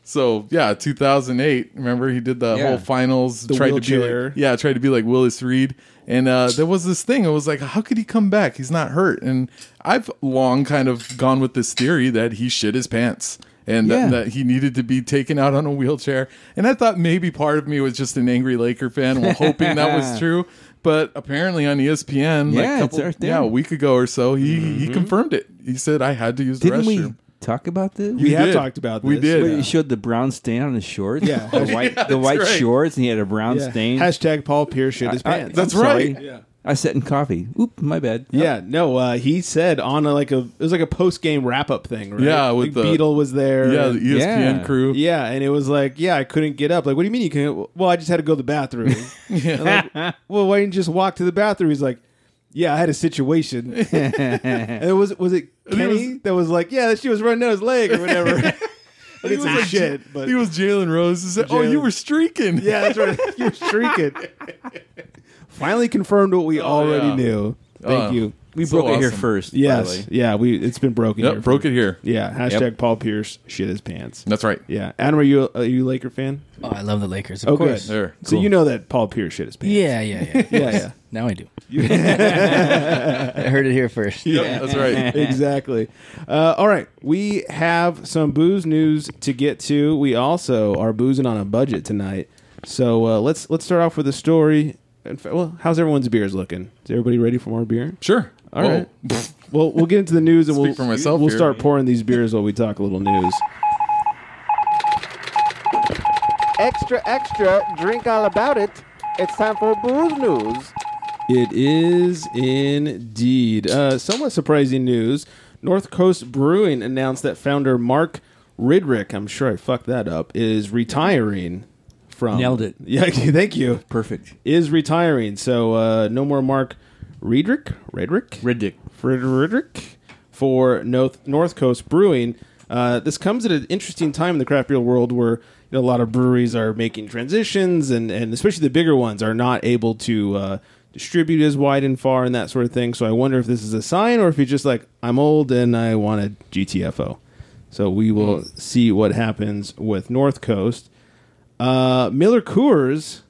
S8: So yeah, 2008. Remember he did the
S7: Yeah.
S8: whole finals.
S6: The
S8: tried to be
S6: wheelchair.
S8: like, yeah, tried to be like Willis Reed. And uh, there was this thing. I was like, how could he come back? He's not hurt. And I've long kind of gone with this theory that he shit his pants and that-
S7: Yeah.
S8: that he needed to be taken out on a wheelchair. And I thought maybe part of me was just an angry Laker fan, while hoping that was true. But apparently on E ESPN, like
S7: Yeah,
S8: a
S7: it's
S8: couple,
S7: right there.
S8: yeah, a week ago or so, he he confirmed it. He said I had to use the
S7: Didn't
S8: restroom.
S7: we talk about this?
S6: We have
S8: did.
S6: talked about this.
S8: We did.
S7: Where you showed the brown stain on his shorts.
S6: Yeah.
S7: the white, the
S8: that's
S7: white
S8: right.
S7: shorts, and he had a brown
S6: Yeah.
S7: stain.
S6: Hashtag Paul Pierce shit his
S7: I-
S6: pants.
S8: That's
S7: I'm sorry.
S8: right.
S7: I sat in coffee. Oop, my bad.
S6: yeah, no, uh, he said on a, like a it was like a post game wrap up thing, right?
S8: Yeah, with
S6: Big
S8: the-
S6: Beetle was there.
S8: Yeah, the E
S6: and,
S8: ESPN
S7: Yeah.
S8: crew.
S6: yeah, and it was like, yeah, I couldn't get up. Like, what do you mean you can't? Well, I just had to go to the bathroom. And like, well, why didn't you just walk to the bathroom? He's like, yeah, I had a situation. and it was was it Kenny that was like, yeah, that she was running down his leg or whatever. I think some shit, but
S8: He was Jalen Rose. He said, "Oh,
S6: Jalen-
S8: you were streaking."
S6: Yeah, that's right. you were streaking. Finally confirmed what we already
S8: yeah.
S6: knew. Thank
S8: Oh,
S6: you.
S7: Oh, Uh, We
S8: So
S7: broke it here
S8: awesome.
S7: first.
S6: Yes.
S7: by the way.
S6: Yeah, we it's been broken.
S8: Yep,
S6: here.
S8: broke it here.
S6: Yeah. Hashtag Paul Pierce shit his pants.
S8: That's right.
S6: Yeah. Adam, are you are you a Laker fan?
S9: Oh, I love the Lakers. Of
S6: Oh, good.
S9: course.
S8: There.
S6: So you know that Paul Pierce shit his pants.
S9: Yeah, yeah, yeah.
S6: Yeah. Yeah.
S9: now I do. I heard it here first.
S8: Yep, that's right.
S6: exactly. Uh, all right. We have some booze news to get to. We also are boozing on a budget tonight. So uh, let's let's start off with a story. In fact, well, how's everyone's beers looking? Is everybody ready for more beer?
S8: Sure.
S6: All
S8: Whoa.
S6: right. Well, we'll get into the news and
S8: Oh. Speak
S6: we'll
S8: for myself
S6: we'll
S8: here.
S6: start pouring these beers while we talk a little news.
S4: Extra, extra, drink all about it. It's time for booze news.
S6: It is indeed uh, somewhat surprising news. North Coast Brewing announced that founder Mark Ridrick, I'm sure I fucked that up, is retiring from
S7: Nailed it.
S6: Yeah, thank you.
S7: Perfect.
S6: Is retiring, so uh, no more Mark Riedrich, Redrick,
S7: Ridic.
S6: Frederick for North, North Coast Brewing. Uh, this comes at an interesting time in the craft beer world where you know, a lot of breweries are making transitions, and, and especially the bigger ones are not able to uh, distribute as wide and far and that sort of thing. So I wonder if this is a sign or if he's just like, I'm old and I want a GTFO. So we will see what happens with North Coast. Uh, Miller Coors,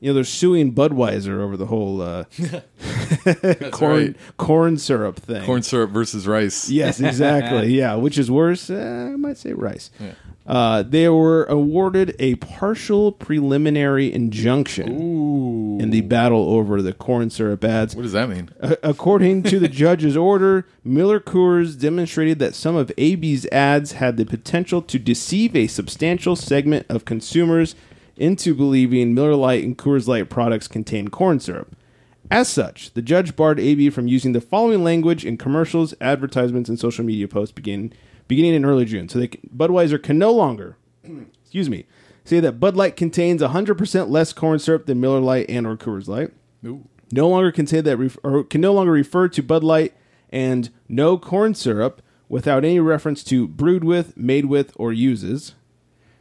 S6: you know, they're suing Budweiser over the whole uh, corn
S8: right.
S6: corn syrup thing.
S8: Corn syrup versus rice.
S6: Yes, exactly. yeah, which is worse? Uh, I might say rice. Uh, they were awarded a partial preliminary injunction in the battle over the corn syrup ads.
S8: What does that mean?
S6: A- According to the judge's order, Miller Coors demonstrated that some of AB's ads had the potential to deceive a substantial segment of consumers into believing Miller Lite and Coors Light products contain corn syrup. As such, the judge barred AB from using the following language in commercials, advertisements, and social media posts beginning beginning in early June. So they, c- Budweiser can no longer, excuse me, say that Bud Light contains 100% less corn syrup than Miller Lite and or Coors Light
S8: Ooh.
S6: no longer can say that ref- or can no longer refer to Bud Light and no corn syrup without any reference to brewed with, made with, or uses.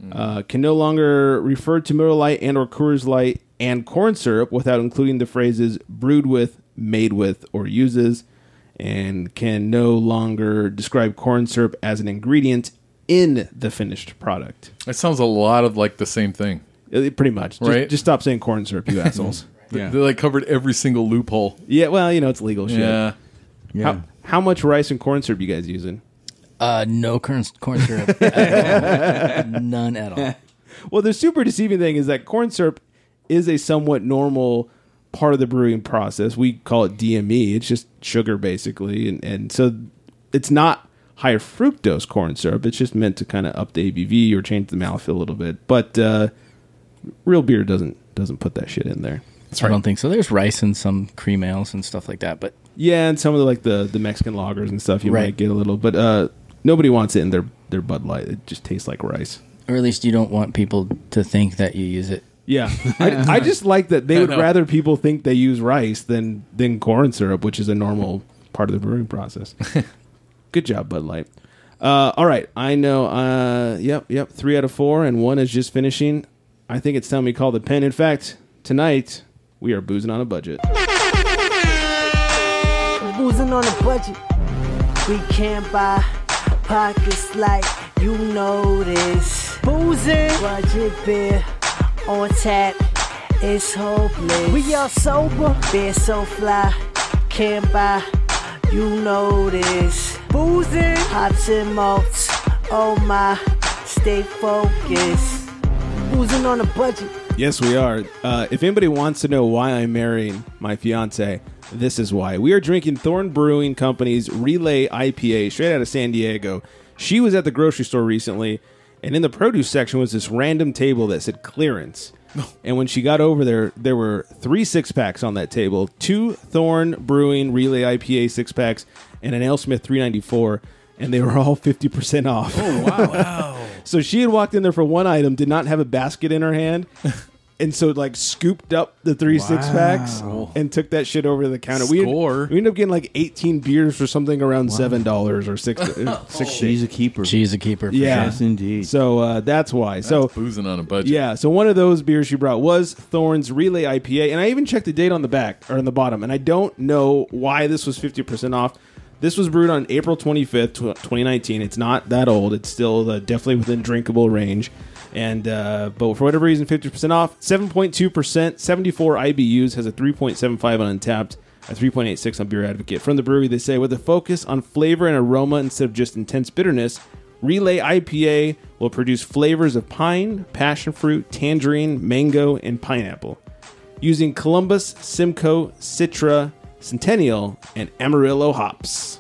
S8: Mm.
S6: Uh, can no longer refer to Miller Lite and or Coors Light and corn syrup without including the phrases brewed with, made with, or uses, and can no longer describe corn syrup as an ingredient in the finished product.
S8: That sounds a lot of like the same thing.
S6: Uh, Pretty much, Just-
S8: Right.
S6: Just stop saying corn syrup, you assholes.
S8: They-
S7: Yeah.
S8: They like covered every single loophole.
S6: yeah, well, you know it's legal shit.
S8: Yeah.
S6: How, how much rice and corn syrup you guys using?
S9: Uh, no corn, corn syrup. at all. None at all.
S6: Well, the super deceiving thing is that corn syrup is a somewhat normal part of the brewing process. We call it DME. It's just sugar basically, and and so it's not high fructose corn syrup. It's just meant to kind of up the ABV or change the mouth a little bit. But uh, real beer doesn't doesn't put that shit in there.
S9: I don't think so. There's rice and some cream ales and stuff like that, but
S6: Yeah, and some of the like the the Mexican lagers and stuff you
S9: Right.
S6: might get a little, but uh, nobody wants it in their their Bud Light. It just tastes like rice.
S9: or at least you don't want people to think that you use it.
S6: Yeah, I, I just like that they would
S8: know.
S6: rather people think they use rice than than corn syrup, which is a normal part of the brewing process. Good job, Bud Light. Uh, all right, I know. Uh, yep, yep. Three out of four, and one is just finishing. I think it's time we call the pen. In fact, tonight we are boozing on a budget.
S10: boozing on a budget. We can't buy pockets like you notice. Boozing budget beer on tap. It's hopeless. We all sober. Beer so fly. Can't buy. You notice. Boozing. Hops and malts. Oh my. Stay focused. Boozing on a budget.
S6: Yes, we are. Uh, if anybody wants to know why I'm marrying my fiance, this is why. We are drinking Thorn Brewing Company's Relay IPA straight out of San Diego. She was at the grocery store recently, and in the produce section was this random table that said clearance. And when she got over there, there were three six packs on that table two Thorn Brewing Relay IPA six packs, and an Alesmith 394, and they were all 50% off. So she had walked in there for one item, did not have a basket in her hand, and so like scooped up the three six packs and took that shit over to the counter. We,
S8: Score.
S6: ended, we ended up getting like eighteen beers for something around seven dollars or six six.
S7: She's a keeper.
S9: She's a keeper. For
S6: Yeah,
S7: Yes, indeed.
S6: So uh, that's why. so
S8: Boozing on a budget.
S6: yeah, so one of those beers she brought was Thorns Relay IPA, and I even checked the date on the back or on the bottom, and I don't know why this was fifty percent off. This was brewed on April twenty fifth, twenty nineteen. It's not that old. It's still uh, definitely within drinkable range, and uh, but for whatever reason, fifty percent off. Seven point two percent, seventy four IBUs, has a three point seven five on Untapped. A 3.86 on Beer Advocate. From the brewery, they say with a focus on flavor and aroma instead of just intense bitterness, Relay IPA will produce flavors of pine, passion fruit, tangerine, mango, and pineapple. Using Columbus, Simcoe, Citra, Centennial, and Amarillo hops.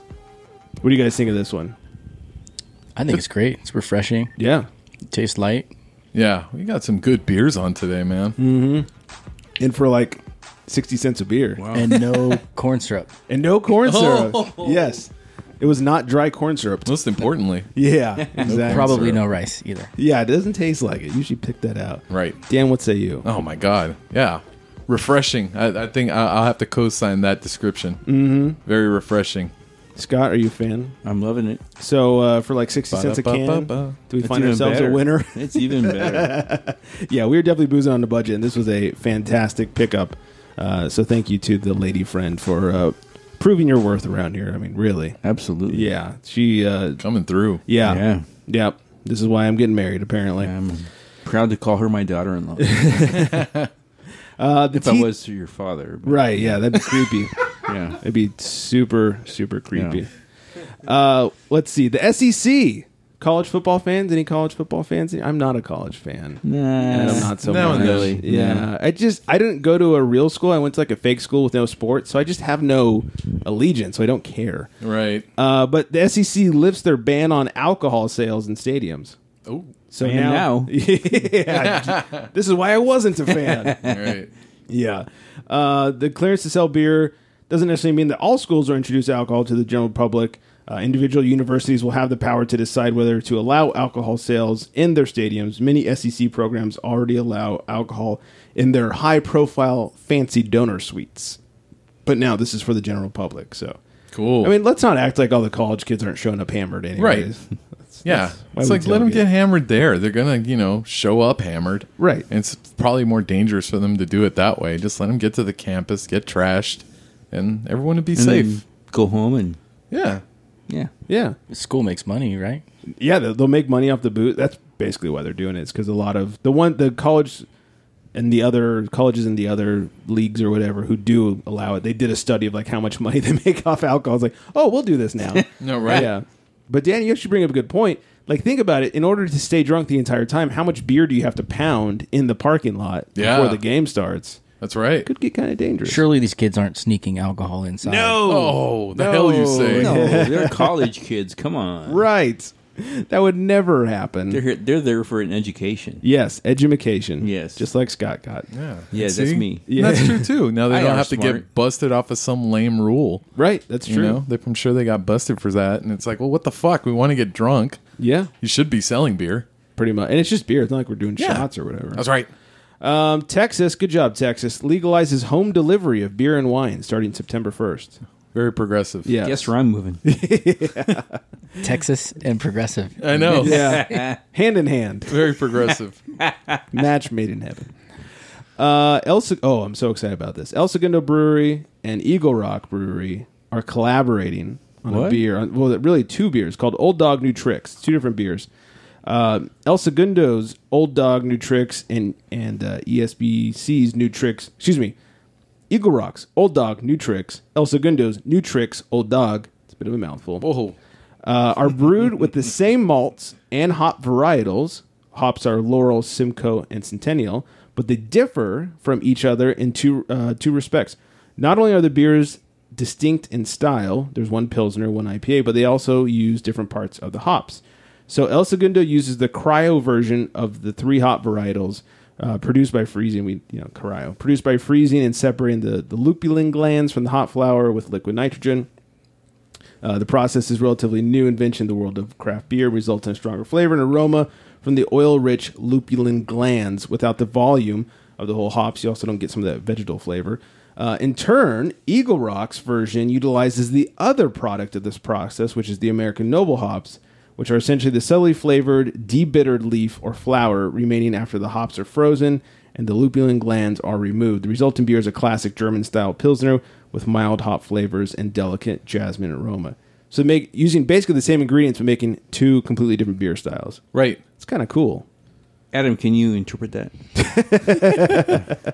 S6: What do you guys think of this one?
S9: I think it's great. It's refreshing.
S6: Yeah.
S9: It tastes light.
S8: Yeah. We got some good beers on today, man.
S6: Mm. And for like 60 cents a beer. Oh.
S9: and no corn syrup.
S6: And no corn syrup. Yes. It was not dry corn syrup.
S8: Most importantly,
S6: Yeah, exactly.
S9: Probably no rice either.
S6: Yeah, it doesn't taste like it. Usually pick that out.
S8: Right.
S6: Dan, what say you?
S8: oh my god, yeah, refreshing. I, I think I, I'll have to co-sign that description. Mm-hmm. Very refreshing.
S6: Scott, are you a fan?
S7: I'm loving it.
S6: So uh, for like 60 cents a can,
S8: Ba-da-ba-ba-ba.
S6: do we
S7: It's
S6: find
S7: even
S6: ourselves
S7: better.
S6: a winner?
S7: It's even better.
S6: yeah, we were definitely boozing on the budget, and this was a fantastic pickup. Uh, so thank you to the lady friend for uh, proving your worth around here. I mean, really.
S7: Absolutely.
S6: Yeah, she. Uh,
S8: Coming through.
S6: yeah,
S7: Yeah.
S6: yep. This is why I'm getting married, apparently.
S7: I'm proud to call her my daughter-in-law.
S6: Uh, the
S7: if I
S6: tea-
S7: was to your father, but
S6: right, yeah, that'd be creepy.
S7: Yeah.
S6: It'd be super, super creepy. Uh, let's see. The SEC. College football fans? Any college football fans? I'm not a college fan. And I'm not so
S8: No,
S6: much.
S8: no.
S6: Yeah. I just I didn't go to a real school. I went to like a fake school with no sports, so I just have no allegiance. So I don't care.
S8: Right.
S6: Uh, but the SEC lifts their ban on alcohol sales in stadiums.
S8: oh.
S6: So
S7: Ban now.
S6: yeah, this is why I wasn't a fan.
S8: Right.
S6: Yeah. Uh, the clearance to sell beer doesn't necessarily mean that all schools will introduce alcohol to the general public. Uh, individual universities will have the power to decide whether to allow alcohol sales in their stadiums. Many SEC programs already allow alcohol in their high profile fancy donor suites. But now this is for the general public. So,
S8: Cool.
S6: I mean, let's not act like all the college kids aren't showing up hammered anyways.
S8: Right. yeah.
S6: why
S8: It's
S6: we
S8: like let them
S6: tailgate.
S8: get hammered there. They're gonna, you know, show up hammered.
S6: Right.
S8: And it's probably more dangerous for them to do it that way. Just let them get to the campus, get trashed, and everyone would be
S7: And then
S8: safe.
S7: Go home and
S8: Yeah.
S7: yeah.
S6: Yeah.
S9: School makes money, right?
S6: yeah, they'll, they'll make money off the boot. That's basically why they're doing it. It's because a lot of the one the college and the other colleges and the other leagues or whatever who do allow it. They did a study of like how much money they make off alcohol. It's like, oh, we'll do this now.
S8: No, right.
S6: Yeah. But Dan, you actually bring up a good point. Like, think about it. In order to stay drunk the entire time, how much beer do you have to pound in the parking lot
S8: Yeah.
S6: before the game starts?
S8: That's right.
S6: Could get kind of dangerous.
S9: Surely these kids aren't sneaking alcohol inside.
S8: Oh, the hell you say.
S7: No, they're college kids. Come on.
S6: Right. That would never happen.
S7: They're here, they're there for an education.
S6: yes, edumacation.
S7: Yes.
S6: Just like Scott got.
S8: Yeah.
S7: Yeah, that's
S8: See?
S7: me.
S6: Yeah.
S8: That's true too. Now they
S7: I
S8: don't
S7: are
S8: have to
S7: smart.
S8: get busted off of some lame rule.
S6: Right. That's
S8: You
S6: true.
S8: know, They- I'm sure they got busted for that, and it's like, well, what the fuck? We want to get drunk.
S6: Yeah.
S8: You should be selling beer.
S6: pretty much. And it's just beer. It's not like we're doing
S8: Yeah.
S6: shots or whatever.
S8: That's right.
S6: Um, Texas, good job, Texas. Legalizes home delivery of beer and wine starting September first.
S8: Very progressive.
S6: Yeah,
S7: Guess where I'm moving.
S9: Texas and progressive.
S8: I know.
S6: Yeah, hand in hand,
S8: Very progressive.
S6: match made in heaven. Uh, El Se- oh, I'm so excited about this. El Segundo Brewery and Eagle Rock Brewery are collaborating on a
S7: What?
S6: beer. On, well, really two beers called Old Dog New Tricks. Two different beers. Uh, El Segundo's Old Dog New Tricks and and uh, ESBC's New Tricks. Excuse me, Eagle Rock's Old Dog New Tricks. El Segundo's New Tricks Old Dog. It's a bit of a mouthful
S8: Whoa.
S6: uh, are brewed with the same malts and hop varietals. Hops are Laurel, Simcoe, and Centennial, but they differ from each other in two uh, two respects. Not only are the beers distinct in style, there's one Pilsner, one IPA, but they also use different parts of the hops. So El Segundo uses the cryo version of the three hop varietals uh, produced by freezing. We you know cryo produced by freezing and separating the the lupulin glands from the hop flower with liquid nitrogen. Uh, the process is relatively new invention in the world of craft beer, results in a stronger flavor and aroma from the oil-rich lupulin glands. Without the volume of the whole hops, you also don't get some of that vegetal flavor. Uh, in turn, Eagle Rock's version utilizes the other product of this process, which is the American noble hops, which are essentially the subtly flavored, debittered leaf or flower remaining after the hops are frozen and the lupulin glands are removed. The resulting beer is a classic German style Pilsner with mild hop flavors and delicate jasmine aroma. So, make using basically the same ingredients, but making two completely different beer styles.
S8: Right.
S6: It's kind of cool.
S7: Adam, can you interpret that?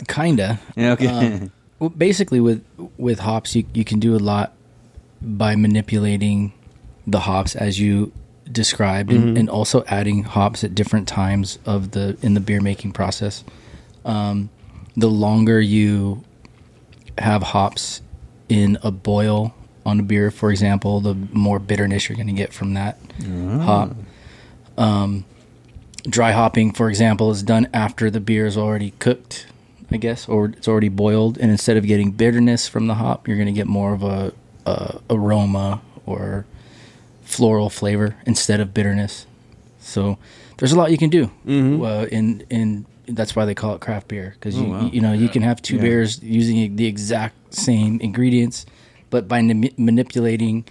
S9: Kinda.
S6: Uh,
S7: Yeah, okay.
S9: Well, basically, with with hops, you you can do a lot by manipulating the hops as you described, and, and also adding hops at different times of the in the beer making process. Um, the longer you have hops in a boil on a beer, for example, the more bitterness you're going to get from that hop. Um, dry hopping, for example, is done after the beer is already cooked, I guess, or it's already boiled. And instead of getting bitterness from the hop, you're going to get more of a, a aroma or floral flavor instead of bitterness. So there's a lot you can do, uh, and and that's why they call it craft beer because you you know you can have two beers using the exact same ingredients, but by n- manipulating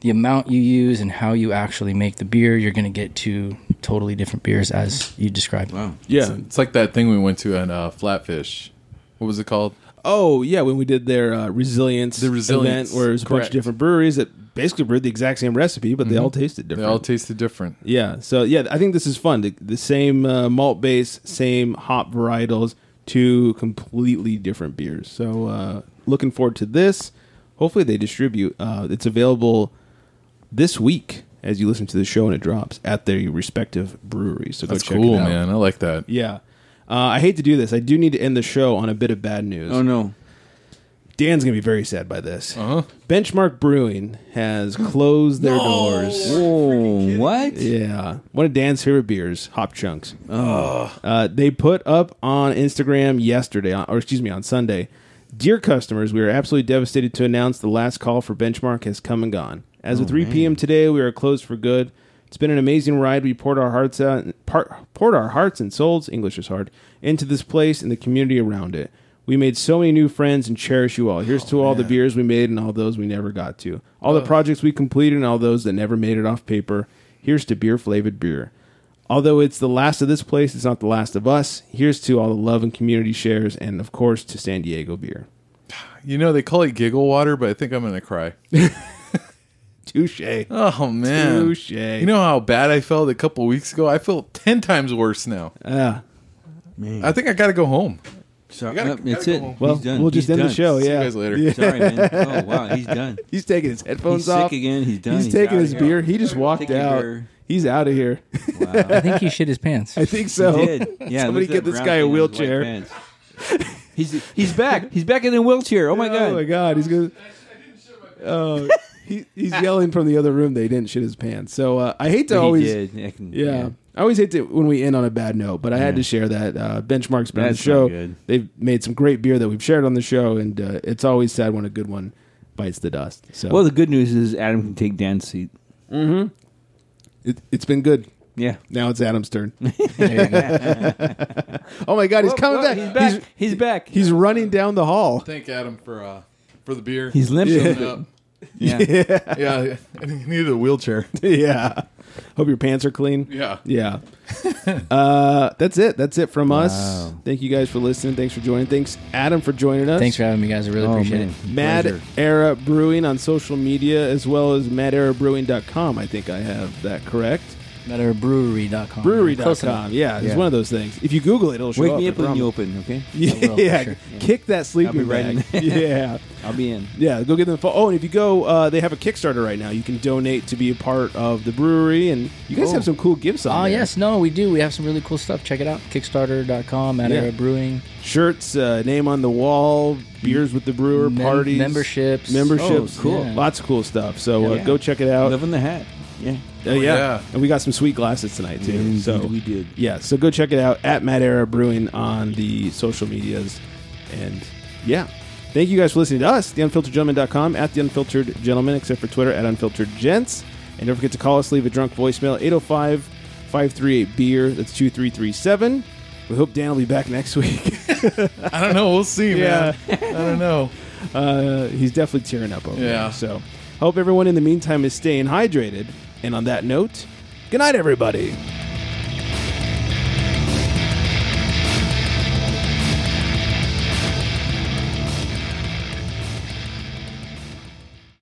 S9: the amount you use and how you actually make the beer, you're going to get two totally different beers as you described. Wow.
S6: Yeah.
S8: It's like that thing we went to at uh, Flatfish. What was it called?
S6: Oh yeah, when we did their uh, resilience,
S8: The resilience,
S6: event, where it was a bunch
S8: correct. Mm-hmm.
S6: of different breweries that basically brewed the exact same recipe, but they all tasted
S8: They
S6: different.
S8: all tasted different.
S6: yeah. So yeah, I think this is fun. The, the same uh, malt base, same hop varietals, two completely different beers. So uh, looking forward to this. Hopefully they distribute. Uh, it's available this week as you listen to the show and it drops at their respective breweries. So
S8: That's
S6: go check
S8: cool,
S6: it out.
S8: man. I like that.
S6: Yeah. Uh, I hate to do this. I do need to end the show on a bit of bad news.
S7: Oh no.
S6: Dan's gonna be very sad by this.
S8: Uh-huh.
S6: Benchmark Brewing has closed their doors.
S7: Oh what?
S6: Yeah, one of Dan's favorite beers, Hop Chunks. Uh, they put up on Instagram yesterday, on- or excuse me, on Sunday. Dear customers, we are absolutely devastated to announce the last call for Benchmark has come and gone. As of 3 p.m. today, we are closed for good. It's been an amazing ride. We poured our hearts out, par, poured our hearts and souls. English is hard into this place and the community around it. We made so many new friends and cherish you all. Here's to all the beers we made and all those we never got to. All the projects we completed and all those that never made it off paper. Here's to beer flavored beer. Although it's the last of this place, it's not the last of us. Here's to all the love and community shares, and of course to San Diego beer.
S8: You know, they call it giggle water, but I think I'm going to cry.
S6: Touche.
S8: Oh, man.
S6: Touche.
S8: You know how bad I felt a couple weeks ago? I feel 10 times worse now.
S6: Ah,
S8: I think I got to go home.
S7: So,
S8: gotta-
S7: yep,
S8: gotta
S7: that's
S8: go
S7: it.
S8: home.
S6: well,
S7: He's done.
S6: we'll just
S7: He's
S6: end
S7: done.
S6: the show.
S8: See
S6: Yeah.
S8: you guys later.
S7: Sorry, man. Oh wow, he's done.
S6: He's taking his headphones
S7: He's sick
S6: off
S7: again. He's done.
S6: He's,
S7: He's
S6: taking
S7: outta
S6: his
S7: here.
S6: beer. He just
S7: Take
S6: walked
S7: your
S6: out.
S7: beer.
S6: He's out of here.
S9: I think he shit his pants.
S6: I think so.
S7: He did. Yeah,
S6: Somebody
S7: look at that
S6: get this
S7: brown
S6: guy a
S7: thing on his white
S6: wheelchair.
S7: pants. he's he's back. He's back in the wheelchair. Oh my god.
S6: Oh my god. He's gonna. Oh, he, he's yelling from the other room. They didn't shit his pants. So uh, I hate to
S7: He
S6: always.
S7: did. I can-
S6: Yeah. I always hate to when we end on a bad note, but I had to share that. Uh, Benchmark's been on the
S7: That's
S6: show.
S7: not good.
S6: They've made some great beer that we've shared on the show, and uh, it's always sad when a good one bites the dust. So
S7: Well, the good news is Adam can take Dan's seat.
S6: it, it's been good.
S7: Yeah.
S6: Now it's Adam's turn. oh my God, he's coming
S7: Whoa,
S6: back.
S7: He's back. He's, back.
S6: He's running down the hall.
S8: Thank Adam for uh, for the beer.
S7: He's limping.
S8: Showing up.
S7: yeah.
S8: yeah, I needed a wheelchair.
S6: yeah. Hope your pants are clean.
S8: Yeah.
S6: Yeah. uh, that's it. That's it from us. Thank you guys for listening. Thanks for joining. Thanks, Adam, for joining us.
S9: Thanks for having me, guys. I really
S7: Oh,
S9: appreciate
S7: man.
S9: it.
S6: Mad
S7: Pleasure.
S6: Era Brewing on social media as well as madaerabrewing.com. I think I have that correct.
S9: MetterBrewery.com. Oh, Close
S6: Brewery.com.
S9: enough.
S6: Yeah, it's
S7: Yeah.
S6: one of those things. If you Google it, it'll show
S7: Wake
S6: up.
S7: me
S6: I
S7: up when you
S6: promise.
S7: open, okay?
S6: Yeah,
S9: will, for sure.
S6: kick that sleeping
S7: I'll be right
S6: bag.
S7: in
S6: yeah.
S7: I'll be in.
S6: Yeah, go get them. Fo- oh, and if you go, uh, they have a Kickstarter right now. You can donate to be a part of the brewery, and you guys have some cool gifts on
S9: Oh,
S6: there.
S9: yes. No, we do. We have some really cool stuff. Check it out. Kickstarter.com, Mad
S6: Yeah.
S9: Era Brewing.
S6: shirts, uh, name on the wall, beers with the brewer,
S9: Mem-
S6: parties,
S9: memberships.
S6: memberships,
S7: Oh, cool.
S9: Yeah.
S6: lots of cool stuff. So uh,
S9: Yeah.
S6: go check it out.
S7: Love in the hat. Yeah.
S6: Uh, yeah.
S8: yeah.
S6: and we got some sweet glasses tonight too.
S7: Indeed
S6: so
S7: we did.
S6: Yeah, so go check it out at Mad Era Brewing on the social medias, and yeah. Thank you guys for listening to us, theunfilteredgentleman.com, at theunfilteredgentleman, except for Twitter, at unfilteredgents. And don't forget to call us, leave a drunk voicemail, 805-538-BEER, E that's 2337. We hope Dan will be back next week.
S8: I don't know. We'll see, man. I don't know.
S6: Uh, he's definitely tearing up over
S8: Yeah.
S6: there. So, hope everyone in the meantime is staying hydrated. And on that note, good night, everybody.